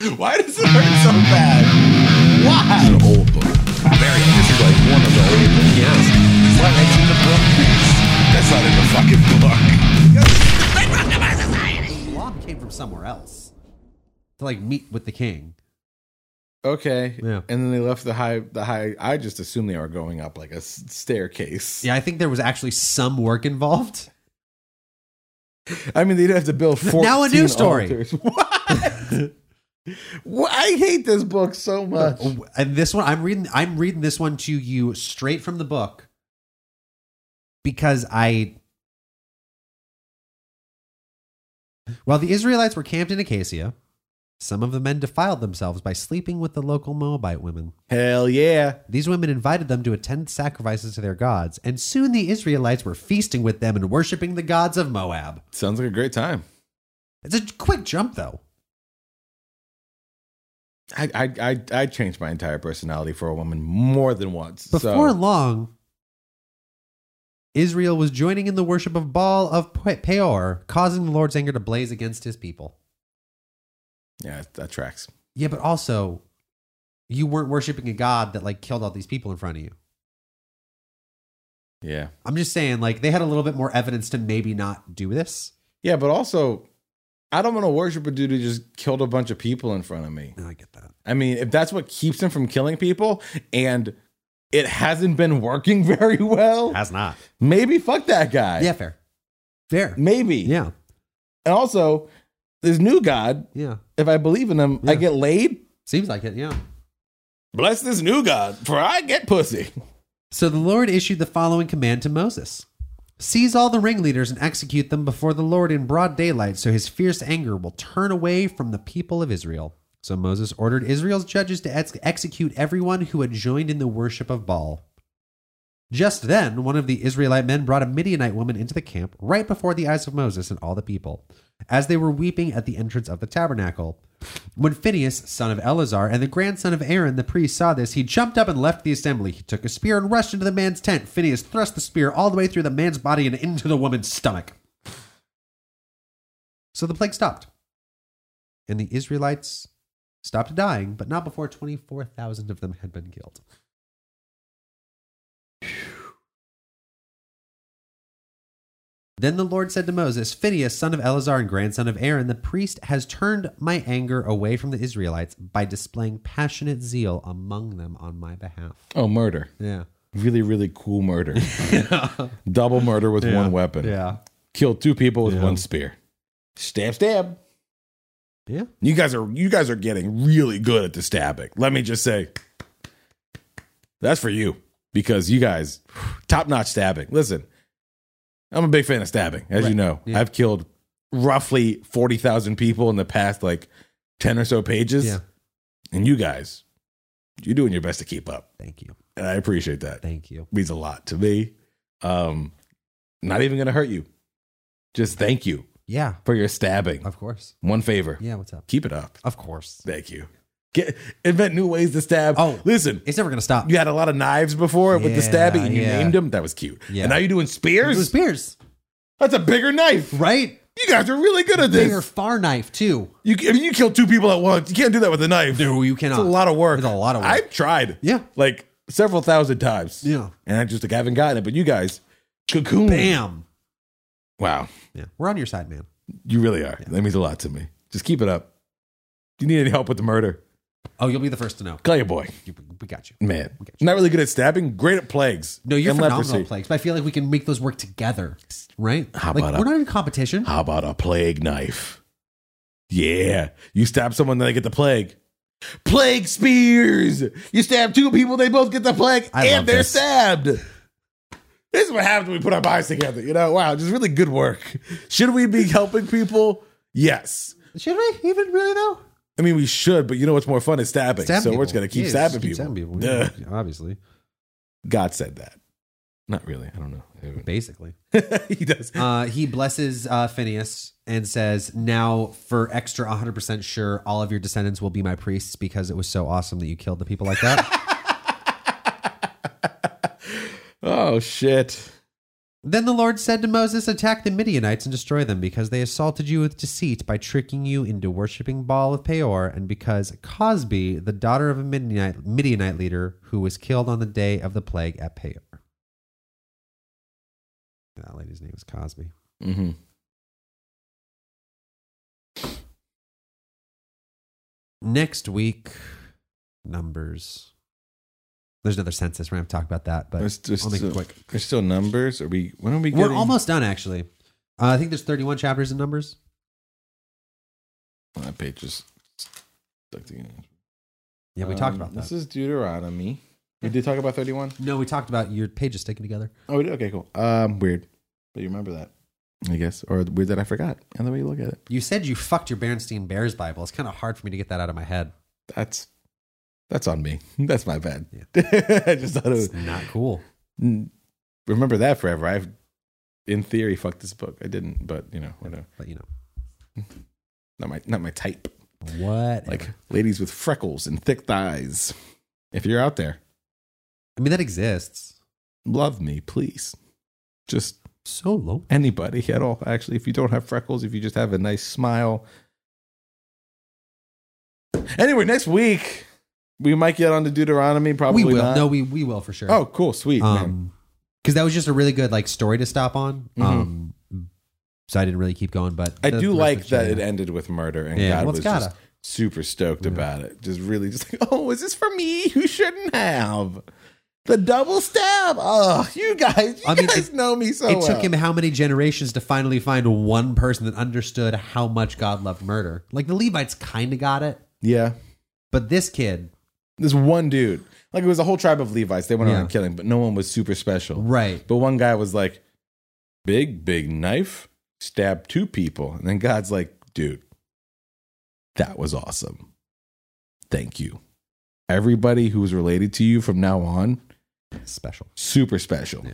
Why does it hurt so bad? Why? It's an old book. Barry, this is like one of the old books. Yes. It's not in the book. That's not in the fucking book. The blob came from somewhere else to like meet with the king. Okay. Yeah. And then they left the high. The high. I just assume they are going up like a s- staircase. Yeah, I think there was actually some work involved. I mean, they'd have to build four. Now a new story. What? Wha- I hate this book so much. Oh, And this one, I'm reading. I'm reading this one to you straight from the book because I. While the Israelites were camped in Acacia, some of the men defiled themselves by sleeping with the local Moabite women. Hell yeah. These women invited them to attend sacrifices to their gods, and soon the Israelites were feasting with them and worshiping the gods of Moab. Sounds like a great time. It's a quick jump, though. I I I, I changed my entire personality for a woman more than once. Before so long, Israel was joining in the worship of Baal of Pe- Peor, causing the Lord's anger to blaze against his people. yeah, that tracks. Yeah, but also, you weren't worshiping a god that like killed all these people in front of you. Yeah. I'm just saying, like they had a little bit more evidence to maybe not do this. Yeah, but also, I don't want to worship a dude who just killed a bunch of people in front of me. No, I get that. I mean, if that's what keeps him from killing people and it hasn't been working very well, Has not. maybe fuck that guy. Yeah, fair, fair. Maybe. Yeah, And also, this new God, yeah. if I believe in him, I Yeah. get laid. Seems like it. Yeah. Bless this new God, for I get pussy. So the Lord issued the following command to Moses Seize all the ringleaders and execute them before the Lord in broad daylight, so his fierce anger will turn away from the people of Israel. So Moses ordered Israel's judges to ex- execute everyone who had joined in the worship of Baal. Just then, one of the Israelite men brought a Midianite woman into the camp right before the eyes of Moses and all the people, as they were weeping at the entrance of the tabernacle. When Phinehas, son of Eleazar, and the grandson of Aaron, the priest, saw this, he jumped up and left the assembly. He took a spear and rushed into the man's tent. Phinehas thrust the spear all the way through the man's body and into the woman's stomach. So the plague stopped. And the Israelites stopped dying, but not before 24,000 of them had been killed. Then the Lord said to Moses, Phinehas, son of Eleazar and grandson of Aaron, the priest, has turned my anger away from the Israelites by displaying passionate zeal among them on my behalf. Oh, murder. Yeah. Really, really cool murder. Double murder with one weapon. Yeah. Killed two people with Yeah. one spear. Stab, stab. Yeah. You guys are you guys are getting really good at the stabbing. Let me just say that's for you because you guys top notch stabbing. Listen, I'm a big fan of stabbing, as you Right. know. Yeah. I've killed roughly forty thousand people in the past like ten or so pages, Yeah. and you guys, you're doing your best to keep up, Thank you. and I appreciate that. Thank you. means a lot to me. Um, not even gonna hurt you. Just thank you Yeah. for your stabbing. Of course. One favor, Yeah. What's up? keep it up. Of course. Thank you. Get invent new ways to stab. Oh. listen, It's never going to stop. you had a lot of knives before with the Yeah, stabbing, and you yeah. named them. That was cute. Yeah. And now you're doing It was spears. Spears. That's a bigger knife. Right? You guys are really good at Bigger this. far knife, too. You I mean, you kill two people at once. You can't do that with a knife. No, you cannot. It's a lot of work. It's a lot of work. I've tried. Yeah. like several thousand times. Yeah. and I just like, haven't gotten it. But you guys, cocoon. Bam. Wow, Yeah. We're on your side, man. you really are. That means a lot to me. Just keep it up. If you need any help with the murder? Oh, you'll be the first to know. Call your boy, You- We got you. man. Not really good at stabbing. Great at plagues. No, you're and phenomenal leprosy. at plagues, but I feel like we can make those work together, right? How like, about we're a- not in competition. How about a plague knife? Yeah. You stab someone, then they get the plague. Plague spears! You stab two people, they both get the plague, I love and they're this. stabbed. This is what happens when we put our minds together. You know, wow, just really good work. Should we be helping people? Yes. Should we even really though? I mean, we should, but you know what's more fun is stabbing. Stab so people. we're just going to keep Yeah, stabbing keep people. yeah, Duh. obviously, God said that. Not really. I don't know. basically. he does. Uh, he blesses uh, Phineas and says, "Now, for extra 100 percent sure, all of your descendants will be my priests because it was so awesome that you killed the people like that." Oh, shit. Then the Lord said to Moses, Attack the Midianites and destroy them, because they assaulted you with deceit by tricking you into worshipping Baal of Peor, and because Cosbi, the daughter of a Midianite, Midianite leader who was killed on the day of the plague at Peor. That lady's name is Cosby. Mm-hmm. Next week, numbers. There's another census. We're going to talk about that, but There's, there's I'll make it still, quick. there's uh, still numbers. Are we? When are we? We're getting- almost done, actually. Uh, I think there's 31 chapters in numbers. My page is stuck together. Yeah, we Um, talked about that. This is Deuteronomy. We did talk about 31. no, we talked about your pages sticking together. Oh, we did. Okay, cool. Um, weird, but you remember that, I guess, or weird that I forgot. And the way you look at it, You said you fucked your Berenstein Bears Bible. It's kind of hard for me to get that out of my head. that's that's on me. That's my bad. Yeah. I just thought it was. It's not cool. Mm, Remember that forever. I've, in theory, fucked this book. I didn't, but you know, whatever. But you know Not my not my type. what? Like ladies with freckles and thick thighs. If you're out there, I mean, that exists. love me, please. Just So low. anybody at all. Actually, if you don't have freckles, if you just have a nice smile. Anyway, next week we might get on to Deuteronomy. Probably We will. not. No, we we will for sure. oh, cool, sweet. man. Mm-hmm. um, because that was just a really good like story to stop on. Um, so I didn't really keep going, but I the- do the rest like of the that show, it yeah. ended with murder, and Yeah, God well, was it's just gotta. super stoked about it. Just really, just like, oh, is this for me? You shouldn't have the double stab. Oh, you guys, you I mean, guys it- know me so it well. took him how many generations to finally find one person that understood how much God loved murder. Like the Levites kind of got it, yeah, but this kid, this one dude. Like it was a whole tribe of Levites. They went Yeah. around killing, but no one was super special. right? But one guy was like, big, big knife, stabbed two people. And then God's like, dude, that was awesome. Thank you. Everybody who's related to you from now on, Special, super special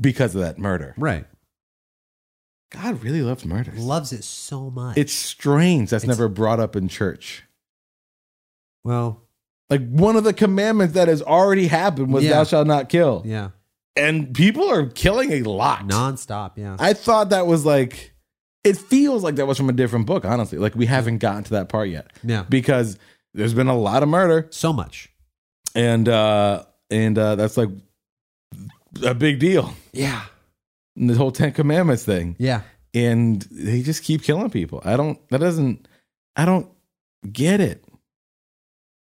because of that murder. right? God really loves murder. Loves it so much. It's strange that's It's- never brought up in church. well, Like one of the commandments that has already happened was Yeah. thou shalt not kill. yeah, And people are killing a lot. nonstop, yeah. I thought that was like it feels like that was from a different book, honestly. Like we haven't gotten to that part yet. Yeah. Because there's been a lot of murder So much. and uh and uh that's like a big deal. Yeah. And this whole Ten Commandments thing. Yeah. And they just keep killing people. I don't that doesn't I don't get it.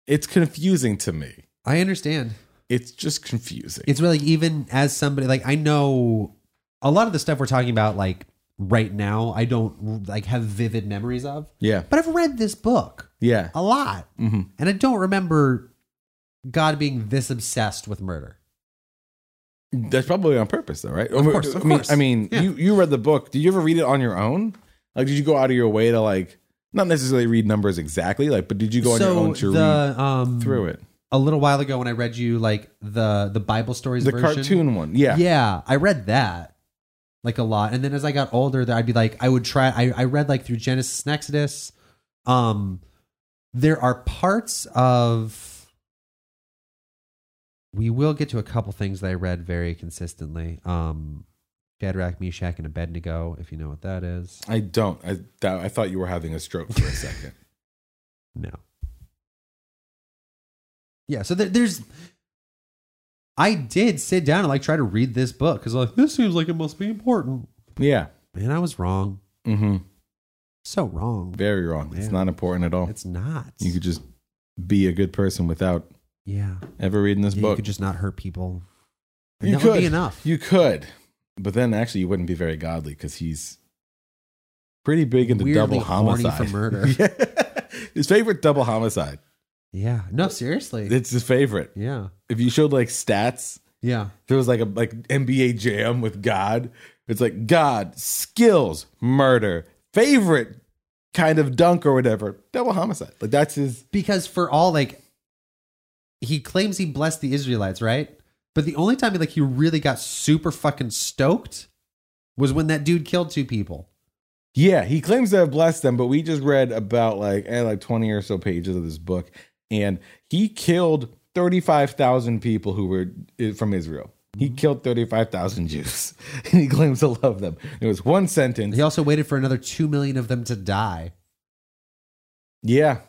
It's confusing to me. I understand. It's just confusing. It's really even as somebody like I know a lot of the stuff we're talking about like right now I don't like have vivid memories of, yeah. but I've read this book Yeah. a lot hmm and I don't remember God being this obsessed with murder. That's probably on purpose, though, right? Of course, of I mean, course. I mean, Yeah. you you read the book. Did you ever read it on your own? Like, did you go out of your way to like not necessarily read numbers exactly, like, but did you go on your own to read the um through it? a little while ago when I read you like the the Bible stories The version, cartoon one, yeah. yeah i read that like a lot and then as i got older that i'd be like i would try i, I read like through genesis and exodus um there are parts of we will get to a couple things that i read very consistently um shadrach meshach and abednego if you know what that is I don't. I that, I thought you were having a stroke for a second. No. Yeah, so there, there's. I did sit down and like try to read this book because like this seems like it must be important, yeah, and I was wrong, hmm so wrong. very wrong. It's Yeah. not important at all. It's not. you could just be a good person without yeah, ever reading this Yeah, you book. could just not hurt people. And You that would be enough. You could, but then actually, you wouldn't be very godly because he's pretty big into Weirdly double horny for homicide. murder. Yeah. his favorite double homicide. yeah. No, seriously. It's his favorite. yeah. If you showed like stats, Yeah. if there was like a like NBA Jam with God. It's like God skills murder favorite kind of dunk or whatever double homicide. Like that's his. Because for all like, he claims he blessed the Israelites, right? But the only time he like he really got super fucking stoked was when that dude killed two people. Yeah, he claims to have blessed them, but we just read about like eh, like twenty or so pages of this book, and he killed thirty five thousand people who were eh, from Israel. He killed 35,000 Jews and he claims to love them. It was one sentence. He also waited for another 2 million of them to die. Yeah.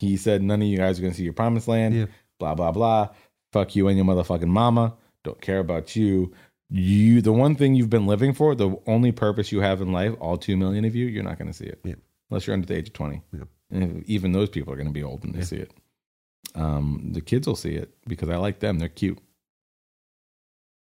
He said, None of you guys are going to see your promised land. Yeah. Blah, blah, blah. Fuck you and your motherfucking mama. Don't care about you. You, the one thing you've been living for, the only purpose you have in life, all 2 million of you, you're not going to see it. Yeah. Unless you're under the age of 20. Yeah. And if- even those people are going to be old when they Yeah. see it. Um, the kids will see it because I like them. They're cute.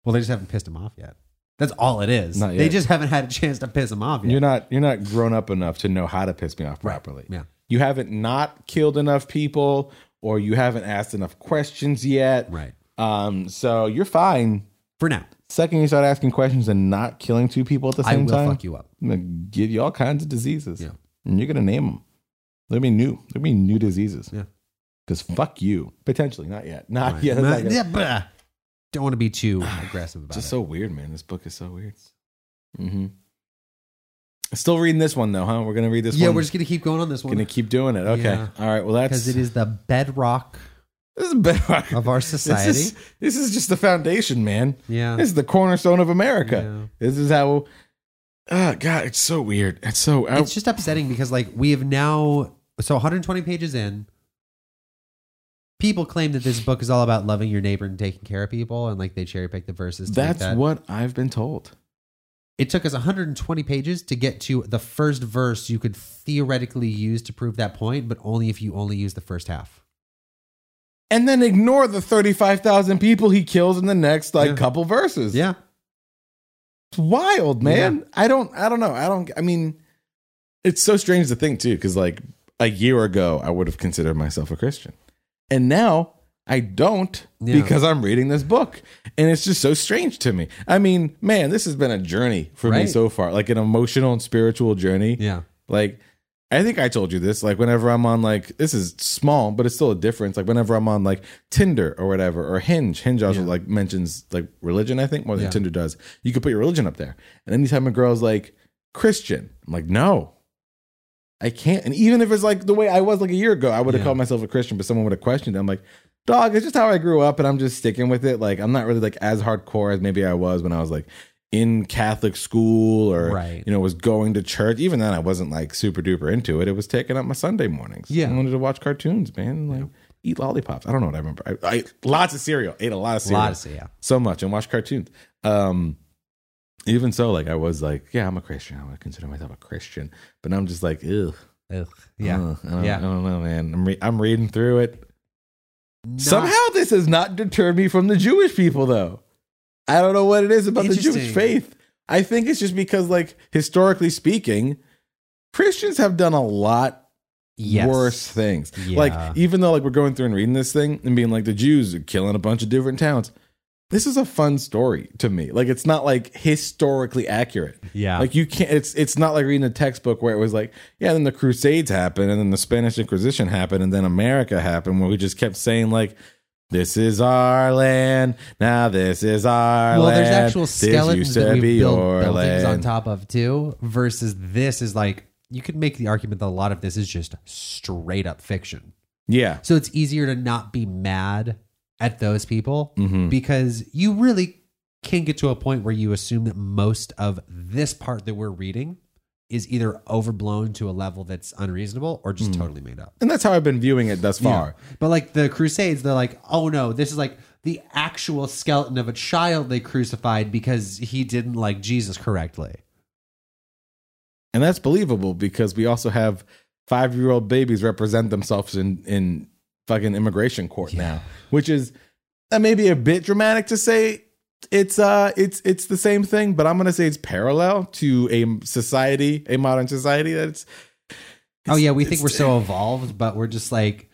Well, they just haven't pissed him off yet. That's all it is. Not They yet. just haven't had a chance to piss him off yet. You're not you're not grown up enough to know how to piss me off Right. properly. Yeah. You haven't not killed enough people or you haven't asked enough questions yet. Right. Um so you're fine. For now, Second you start asking questions and not killing two people at the I same will time, fuck you up. I'm gonna give you all kinds of diseases. Yeah. And you're gonna name them. There'll be new. There'll be new diseases. Yeah. Because fuck you. Potentially, not yet. Not Right. yet. That's not Nah, gonna- yeah, blah. Don't want to be too aggressive about It's just it. so weird, man. This book is so weird. Mm-hmm. Still reading this one though, huh? We're gonna read this yeah, one. we're just gonna keep going on this Gonna one keep doing it. Okay. Yeah. All right. Well, that's because it is the bedrock this is better. of our This society. is, this is just the foundation, man. yeah, This is the cornerstone of America. yeah. This is how. Oh God, it's so weird. It's so. I- it's just upsetting because like we have now so 120 pages in people claim that this book is all about loving your neighbor and taking care of people and like they cherry pick the verses to make that's that. what I've been told. it took us 120 pages to get to the first verse you could theoretically use to prove that point but only if you only use the first half And then ignore the thirty-five thousand people he kills in the next like Yeah. couple verses. yeah it's wild, man. I don't. I don't know. I don't. I mean, it's so strange to think too, because like a year ago, I would have considered myself a Christian, and now I don't Yeah. because I'm reading this book, and it's just so strange to me. I mean, man, this has been a journey for me Right. so far, like an emotional and spiritual journey. yeah Like, I think I told you this. Like, whenever I'm on, like, this is small, but it's still a difference. Like, whenever I'm on, like, Tinder or whatever, or Hinge, Hinge also, Yeah. like, mentions, like, religion, I think, more than Yeah. Tinder does. You could put your religion up there. And anytime a girl's like, Christian, I'm like, no, I can't. And even if it's like the way I was, like, a year ago, I would have Yeah. called myself a Christian, but someone would have questioned it. I'm like, dog, it's just how I grew up, and I'm just sticking with it. Like, I'm not really, like, as hardcore as maybe I was when I was, like, in Catholic school or Right. you know, was going to church. Even then, I wasn't like super duper into it. It was taking up my Sunday mornings. Yeah. I wanted to watch cartoons, man. Like eat lollipops. I don't know what I remember. I, I lots of cereal. Ate a lot of a cereal, lot of yeah so much, and watched cartoons. Um, even so, like I was like, yeah, I'm a Christian. I would consider myself a Christian, but now I'm just like, ugh, Ugh. yeah ugh, I don't, Yeah. I don't know, man. I'm re- I'm reading through it. Not- Somehow, this has not deterred me from the Jewish people, though. I don't know what it is about the Jewish Interesting. faith. I think it's just because, like, historically speaking, Christians have done a lot yes. worse things. Yeah. Like, even though, like, we're going through and reading this thing and being like, the Jews are killing a bunch of different towns. This is a fun story to me. Like, it's not like historically accurate. yeah Like you can't. It's it's not like reading a textbook where it was like, yeah, then the Crusades happened, and then the Spanish Inquisition happened, and then America happened, where we just kept saying like, this is our land. Now this is our well, land. there's actual This skeletons used to that we be build your buildings on land." top of too. Versus this is like you could make the argument that a lot of this is just straight up fiction. Yeah, So it's easier to not be mad at those people Mhm. because you really can get to a point where you assume that most of this part that we're reading is either overblown to a level that's unreasonable or Hmm. just totally made up. and that's how I've been viewing it thus far. Yeah. But like the Crusades, they're like, oh no, this is like the actual skeleton of a child they crucified because he didn't like Jesus correctly. And that's believable because we also have five year old babies represent themselves in, in fucking immigration court now, which is that may be a bit dramatic to say it's uh it's it's the same thing, but I'm gonna say it's parallel to a society, a modern society that's oh yeah, we think it's- we're so evolved, but we're just like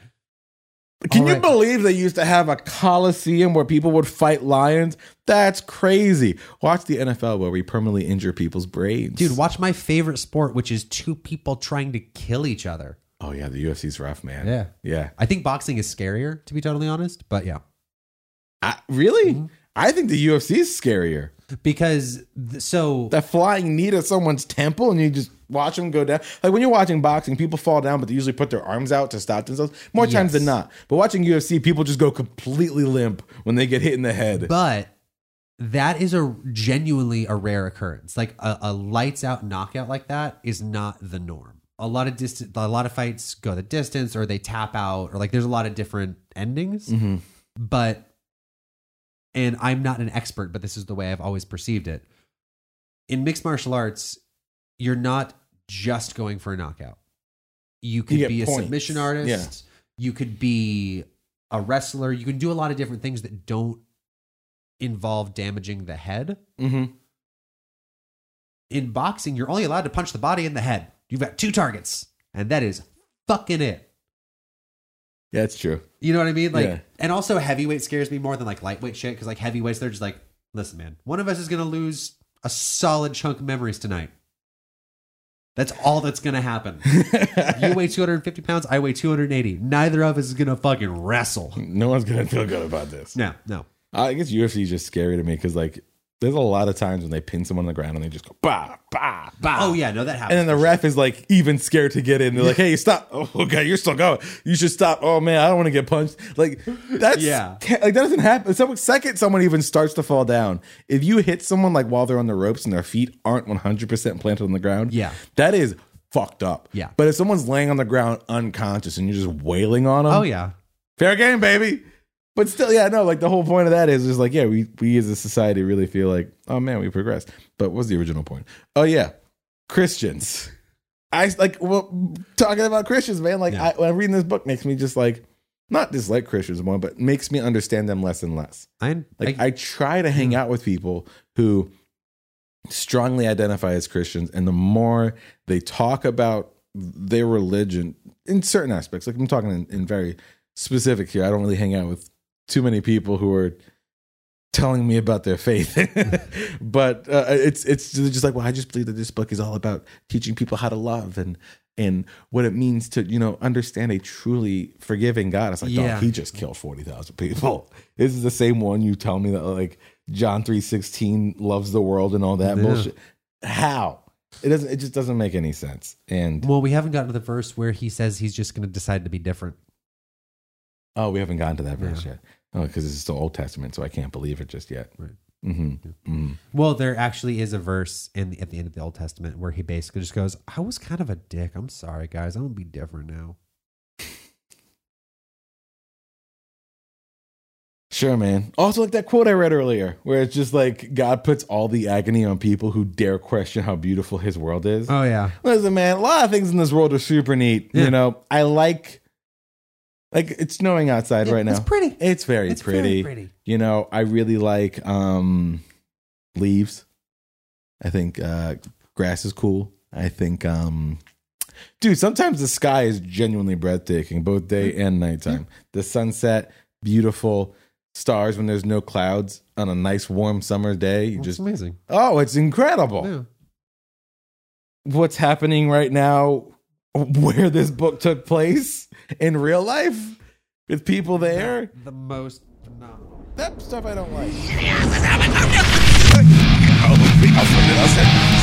can All you right. believe they used to have a coliseum where people would fight lions? That's crazy. Watch the NFL where we permanently injure people's brains. dude, watch my favorite sport, which is two people trying to kill each other. Oh yeah, the UFC's rough, man. Yeah. Yeah. I think boxing is scarier, to be totally honest, but yeah. I, really? Mm-hmm. I think the UFC is scarier. Because th- so That flying knee to someone's temple and you just watch them go down. Like when you're watching boxing, people fall down, but they usually put their arms out to stop themselves more times Yes. than not. But watching UFC, people just go completely limp when they get hit in the head. but that is a genuinely a rare occurrence. Like a, a lights out knockout like that is not the norm. A lot of distance, a lot of fights go the distance, or they tap out, or like there's a lot of different endings. Mm-hmm. But, and I'm not an expert, but this is the way I've always perceived it. In mixed martial arts, you're not just going for a knockout. You could get be a points. submission artist. You could be a wrestler. You can do a lot of different things that don't involve damaging the head. Mm-hmm. In boxing, you're only allowed to punch the body and the head. You've got two targets, and that is fucking it. Yeah, it's true. You know what I mean? Like, Yeah. and also heavyweight scares me more than like lightweight shit because like heavyweights, they're just like, listen, man, one of us is gonna lose a solid chunk of memories tonight. That's all that's gonna happen. you weigh 250 pounds, I weigh 280. Neither of us is gonna fucking wrestle. no one's gonna feel good about this. No, no. I guess UFC is just scary to me because like there's a lot of times when they pin someone on the ground and they just go bah bah bah. Oh yeah, no, that happens. And then the ref is like even scared to get in. They're like, "Hey, stop! Oh, okay, you're still going. You should stop. Oh man, I don't want to get punched. Like that's Yeah. ca- Like that doesn't happen. Some second someone even starts to fall down. If you hit someone like while they're on the ropes and their feet aren't 100 percent planted on the ground, Yeah. that is fucked up. Yeah. But if someone's laying on the ground unconscious and you're just wailing on them, oh yeah. fair game, baby. But still, yeah, no, like the whole point of that is just like, yeah, we we as a society really feel like, oh man, we progressed. But what's the original point? Oh yeah, Christians. I like well, talking about Christians, man. Like Yeah. I, when I'm reading this book, makes me just like not dislike Christians more, but makes me understand them less and less. I'm Like I, try to hang out with people who strongly identify as Christians, and the more they talk about their religion in certain aspects, like I'm talking in, in very specific here, I don't really hang out with too many people who are telling me about their faith but uh, it's it's just like well i just believe that this book is all about teaching people how to love and and what it means to you know understand a truly forgiving god it's like Yeah. dog, he just killed 40,000 people this is the same one you tell me that like john 316 loves the world and all that Yeah. bullshit how it doesn't it just doesn't make any sense and well, we haven't gotten to the verse where he says he's just gonna decide to be different. oh we haven't gotten to that verse yet oh because it's the old testament so i can't believe it just yet Right. hmm hmm Well, there actually is a verse in the, at the end of the Old Testament where he basically just goes, "I was kind of a dick. I'm sorry, guys. I'm gonna be different now." Sure, man. Also, like that quote I read earlier, where it's just like God puts all the agony on people who dare question how beautiful His world is. Oh yeah, Listen, man, a lot of things in this world are super neat. Yeah. You know, I like, like it's snowing outside right now. It's pretty. It's very It's pretty. very pretty. You know, I really like um leaves. I think uh grass is cool. I think um dude, sometimes the sky is genuinely breathtaking, both day and nighttime. The sunset, beautiful stars when there's no clouds on a nice warm summer day. You It's just amazing. Oh, it's incredible. Yeah. What's happening right now where this book took place in real life with people there? The most phenomenal. That stuff I don't like.